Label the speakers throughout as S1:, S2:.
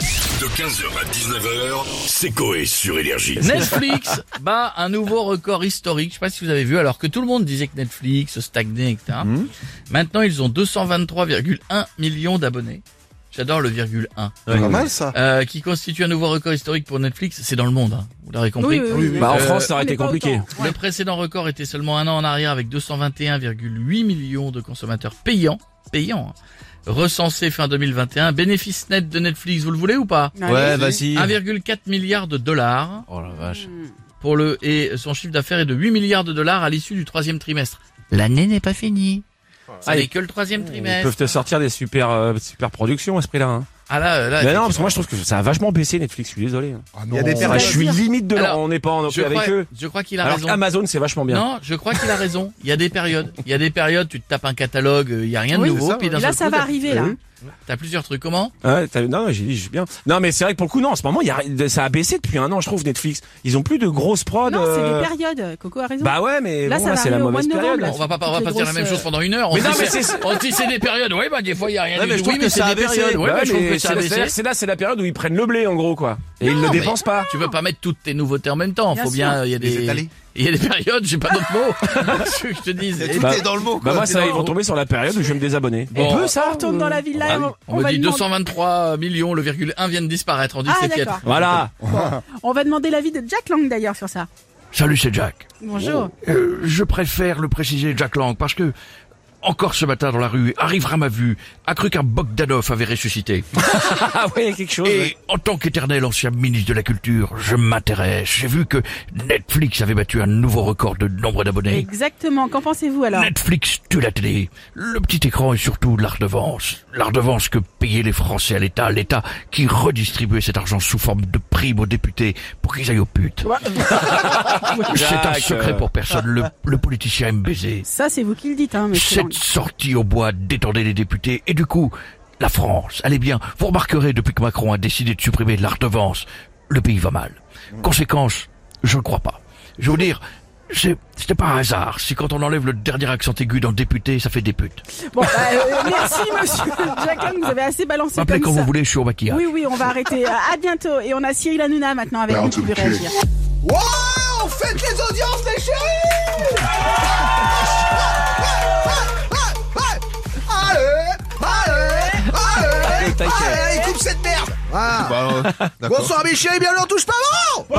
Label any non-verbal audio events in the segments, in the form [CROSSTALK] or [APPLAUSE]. S1: De 15h à 19h, c'est Coé sur Énergie.
S2: Netflix bat un nouveau record historique. Je sais pas si vous avez vu, alors que tout le monde disait que Netflix stagnait, etc. Maintenant, ils ont 223,1 millions d'abonnés. J'adore le virgule 1.
S3: Pas mal ça.
S2: Euh, qui constitue un nouveau record historique pour Netflix. C'est dans le monde, hein. vous l'aurez compris.
S4: Bah, en
S2: Euh,
S4: France, ça aurait été
S5: pas
S4: compliqué.
S5: autant.
S2: Le précédent record était seulement un an en arrière avec 221,8 millions de consommateurs payants, payants, hein, recensés fin 2021. Bénéfice net de Netflix, vous le voulez ou pas
S4: Ouais, vas-y.
S2: 1,4 milliard de dollars.
S4: Oh la vache.
S2: pour le et son chiffre d'affaires est de 8 milliards de dollars à l'issue du troisième trimestre. L'année n'est pas finie. Ça
S4: Ah,
S2: n'est
S4: ils-
S2: que le troisième
S4: Ils
S2: trimestre.
S4: peuvent te sortir des super, euh, super productions à ce prix-là. Hein.
S2: Ah là, euh, là,
S4: Mais non, parce que moi je trouve que ça a vachement baissé Netflix, je suis désolé.
S3: Il y a des
S4: Ah,
S3: perles.
S4: je suis limite de là,
S2: Alors,
S4: on n'est pas en
S2: je
S4: opé
S2: crois,
S4: avec eux.
S2: je crois qu'il a
S4: Alors
S2: raison.
S4: Amazon, c'est vachement bien.
S2: Non, je crois qu'il a raison. Il y a des périodes. Il y a des périodes, tu te tapes un catalogue, euh, il y a rien de
S5: Oui,
S2: nouveau.
S3: c'est ça,
S2: puis
S3: ouais.
S2: d'un
S5: Là,
S2: seul
S5: ça
S2: coup,
S5: va
S2: t'as-
S5: arriver,
S4: T'as
S5: là.
S4: vu
S2: T'as plusieurs trucs. Comment
S4: Ah Ouais, t'as- non, non, j'ai dit, j'ai bien. Non, mais c'est vrai que pour le coup, non, en ce moment, il y a, ça a baissé depuis un an, je trouve, Netflix. Ils ont plus de grosses prods.
S5: Non, c'est
S4: euh,
S5: des périodes. Coco a raison.
S4: Bah ouais, mais
S5: Là,
S4: bon,
S5: ça
S4: là,
S5: va
S4: c'est la
S5: arriver au mois
S4: mauvaise
S5: de
S4: période.
S5: novembre,
S2: On va pas, on va
S5: Bah, les
S2: pas dire la
S5: grosses,
S2: même chose
S5: euh,
S2: pendant une heure. On
S4: Mais
S2: dit
S4: non, mais
S2: c'est-
S4: c'est-
S2: on dit c'est des périodes. Oui, bah des fois il y a rien.
S4: Ouais,
S2: du
S4: mais je
S2: tout.
S4: trouve
S2: oui,
S4: que
S2: mais
S4: ça
S2: c'est
S4: a
S2: des
S4: baissé.
S2: périodes. Ouais,
S4: Ouais,
S2: bah, je trouve
S4: mais
S2: que ça a
S4: c'est-
S2: baissé.
S4: c'est- C'est là, c'est la période où ils prennent le blé, en gros, quoi. Et ils
S2: Non,
S4: ne
S2: mais-
S4: dépensent pas.
S2: Tu peux pas mettre toutes tes nouveautés en même temps.
S5: Bien
S2: Faut
S5: sûr.
S2: bien, il y a
S3: Les
S2: des,
S3: étaler.
S2: il y a des périodes, j'ai pas d'autres mots. [LAUGHS] Ce que je te dis.
S3: Tout
S2: Bah,
S3: est dans le mot. Quoi.
S4: Bah moi,
S3: T'es
S4: ça,
S3: dans
S4: ils
S3: le
S4: vont
S3: mot.
S4: tomber sur la période où je vais me désabonner.
S2: Bon.
S4: On peut, ça
S5: On retourne dans la ville là.
S2: Ah
S5: et
S2: oui.
S5: on,
S2: On
S5: on
S2: me
S5: va
S2: dit
S5: demander-
S2: 223 millions, le virgule 1 vient de disparaître. On dit que
S5: Ah
S2: c'est piètre.
S5: d'accord.
S4: Voilà.
S5: On va demander l'avis de Jack Lang d'ailleurs sur ça.
S6: Salut, c'est Jack.
S5: Bonjour.
S6: Euh, je préfère le préciser, Jack Lang, parce que encore ce matin dans la rue, arrivera ma vue, a cru qu'un Bogdanov avait ressuscité.
S4: [LAUGHS] Ah ouais, il y a quelque chose. ouais.
S6: Et en tant qu'éternel ancien ministre de la Culture, je m'intéresse. J'ai vu que Netflix avait battu un nouveau record de nombre d'abonnés.
S5: Exactement. Qu'en pensez-vous alors
S6: Netflix tue la télé, le petit écran et surtout la redevance. La redevance que payaient les Français à l'État, l'État qui redistribuait cet argent sous forme de primes aux députés pour qu'ils aillent aux putes. C'est un
S4: Jacques, euh,
S6: secret pour personne, le, le politicien aime baiser.
S5: Ça, c'est vous qui le dites, hein, monsieur. Lang.
S6: Cette sortie au bois détendait les députés et du coup, la France allez bien. Vous remarquerez, depuis que Macron a décidé de supprimer la redevance, le pays va mal. Conséquence, je ne crois pas. Je veux dire, c'est- c'était pas un hasard si quand on enlève le dernier accent aigu dans député, ça fait des putes.
S5: Bon, bah, euh, merci, [LAUGHS] monsieur Jack Lang. Vous avez assez balancé
S6: M'appelez
S5: comme
S6: quand
S5: ça.
S6: vous voulez, je suis au maquillage.
S5: Oui, oui, on va arrêter. À bientôt. Et on a Cyril Hanouna maintenant avec nous qui veut réagir.
S3: Wow Faites les audiences, les chéris Allez Allez Allez
S4: taquet.
S3: Allez Coupe cette merde Ah.
S2: Bah,
S3: Bonsoir mes chéris, bienvenue on touche pas bon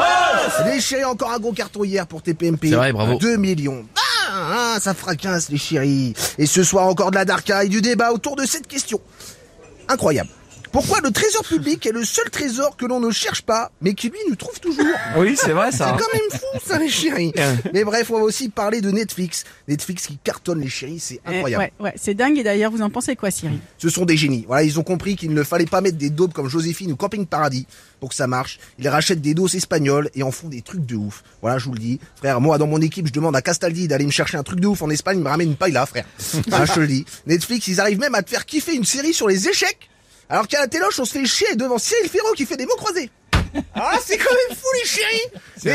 S3: Les chéris, encore un gros carton hier pour TPMP.
S2: C'est vrai, bravo.
S3: 2 millions. Ah, ah, ça fracasse les chéris. Et ce soir encore de la darka et du débat autour de cette question. Incroyable. Pourquoi le trésor public est le seul trésor que l'on ne cherche pas, mais qui lui nous trouve toujours
S4: Oui, c'est vrai,
S3: c'est
S4: ça. hein.
S3: quand même fou ça les chéris Mais bref, on va aussi parler de Netflix. Netflix qui cartonne les chéris, c'est
S5: Eh,
S3: incroyable.
S5: ouais, ouais, c'est dingue. Et d'ailleurs, vous en pensez quoi, Cyril
S3: Ce sont des génies. Voilà, ils ont compris qu'il ne fallait pas mettre des daubes comme Joséphine ou Camping Paradis pour que ça marche. Ils rachètent des doses espagnoles et en font des trucs de ouf. Voilà, je vous le dis. Frère, moi dans mon équipe, je demande à Castaldi d'aller me chercher un truc de ouf en Espagne, il me ramène une paille là, frère. Ah, je te le dis. Netflix, ils arrivent même à te faire kiffer une série sur les échecs. Alors qu'à la téloche, on se fait chier devant Cyril Ferro qui fait des mots croisés. Ah, c'est quand même fou les chéris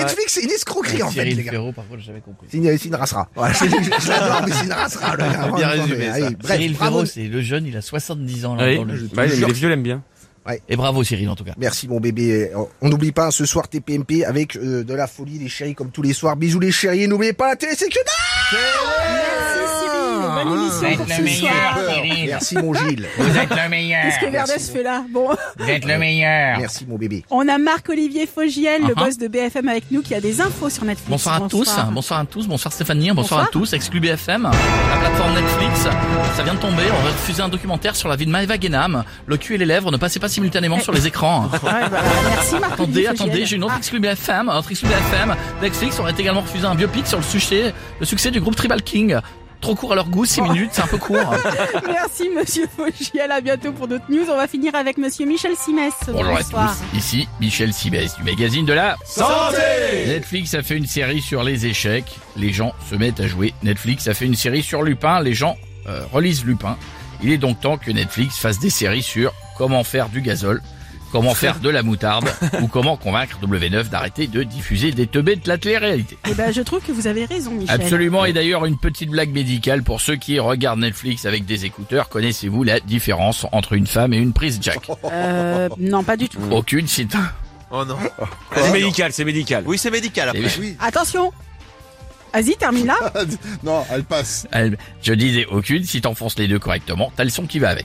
S3: Netflix, c'est une escroquerie en fait,
S2: Cyril
S3: les gars.
S2: Ferro, par contre, j'avais compris.
S3: C'est une, c'est une race rare. Voilà, je, [LAUGHS] je l'adore, mais c'est une race rare, le gars.
S2: Bien
S3: Vraiment,
S2: résumé,
S3: Ah, mais,
S2: ça.
S3: allez, bref,
S2: Cyril
S3: bravo.
S2: Ferro, c'est le jeune, il a 70 ans. Là,
S4: Oui.
S2: dans le jeu.
S4: Bah, les les vieux l'aiment bien.
S2: Et bravo Cyril, en tout cas.
S3: Merci mon bébé. On n'oublie pas ce soir TPMP avec euh, de la folie, les chéris comme tous les soirs. Bisous les chéris, n'oubliez pas la télé, c'est que dalle
S5: Merci,
S2: Ah.
S5: Cyril. Bonne émission pour ce soir.
S3: Merci mon Gilles.
S5: Qu'est-ce que Verdes fait là Bon,
S3: Merci mon bébé.
S5: on a Marc-Olivier Fogiel, le
S2: Uh-huh.
S5: boss de BFM avec nous, qui a des infos sur Netflix.
S2: Bonsoir à tous, bonsoir à tous, bonsoir Stéphanie, bonsoir,
S5: Bonsoir.
S2: à tous, exclu BFM, la plateforme Netflix, ça vient de tomber, on va diffuser un documentaire sur la vie de Maëva Guénam, le cul et les lèvres ne passaient pas simultanément sur les
S5: [LAUGHS]
S2: écrans.
S5: Ouais, bah, merci Marc-Olivier
S2: Attendez,
S5: Fogiel.
S2: attendez, j'ai une autre exclu BFM, autre exclu BFM, Netflix aurait également refusé un biopic sur le sujet, le succès du groupe Tribal King. Trop court à leur goût, 6
S5: Oh.
S2: minutes, c'est un peu
S5: [LAUGHS]
S2: court.
S5: Ah, [LAUGHS] merci Monsieur Fogiel, à bientôt pour d'autres news. On va finir avec Monsieur Michel Simès.
S2: Bonjour à
S5: Bonsoir.
S2: tous, ici Michel Sibès du magazine de la Santé Netflix a fait une série sur les échecs, les gens se mettent à jouer. Netflix a fait une série sur Lupin, les gens euh, relisent Lupin. Il est donc temps que Netflix fasse des séries sur comment faire du gazole, Comment faire de la moutarde ou comment convaincre W9 d'arrêter de diffuser des teubés de la télé-réalité.
S5: Eh ben, je trouve que vous avez raison, Michel.
S2: Absolument, et d'ailleurs une petite blague médicale pour ceux qui regardent Netflix avec des écouteurs. Connaissez-vous la différence entre une femme et une prise jack
S5: Euh, non, pas du tout.
S2: Aucune, c'est un...
S7: Oh non.
S4: C'est médical, c'est médical.
S7: Oui, c'est médical après.
S2: Eh
S3: oui.
S5: Attention Vas-y, termine là.
S3: non, elle passe.
S2: [LAUGHS] Elle- Je disais aucune, si t'enfonces les deux correctement, t'as le son qui va avec.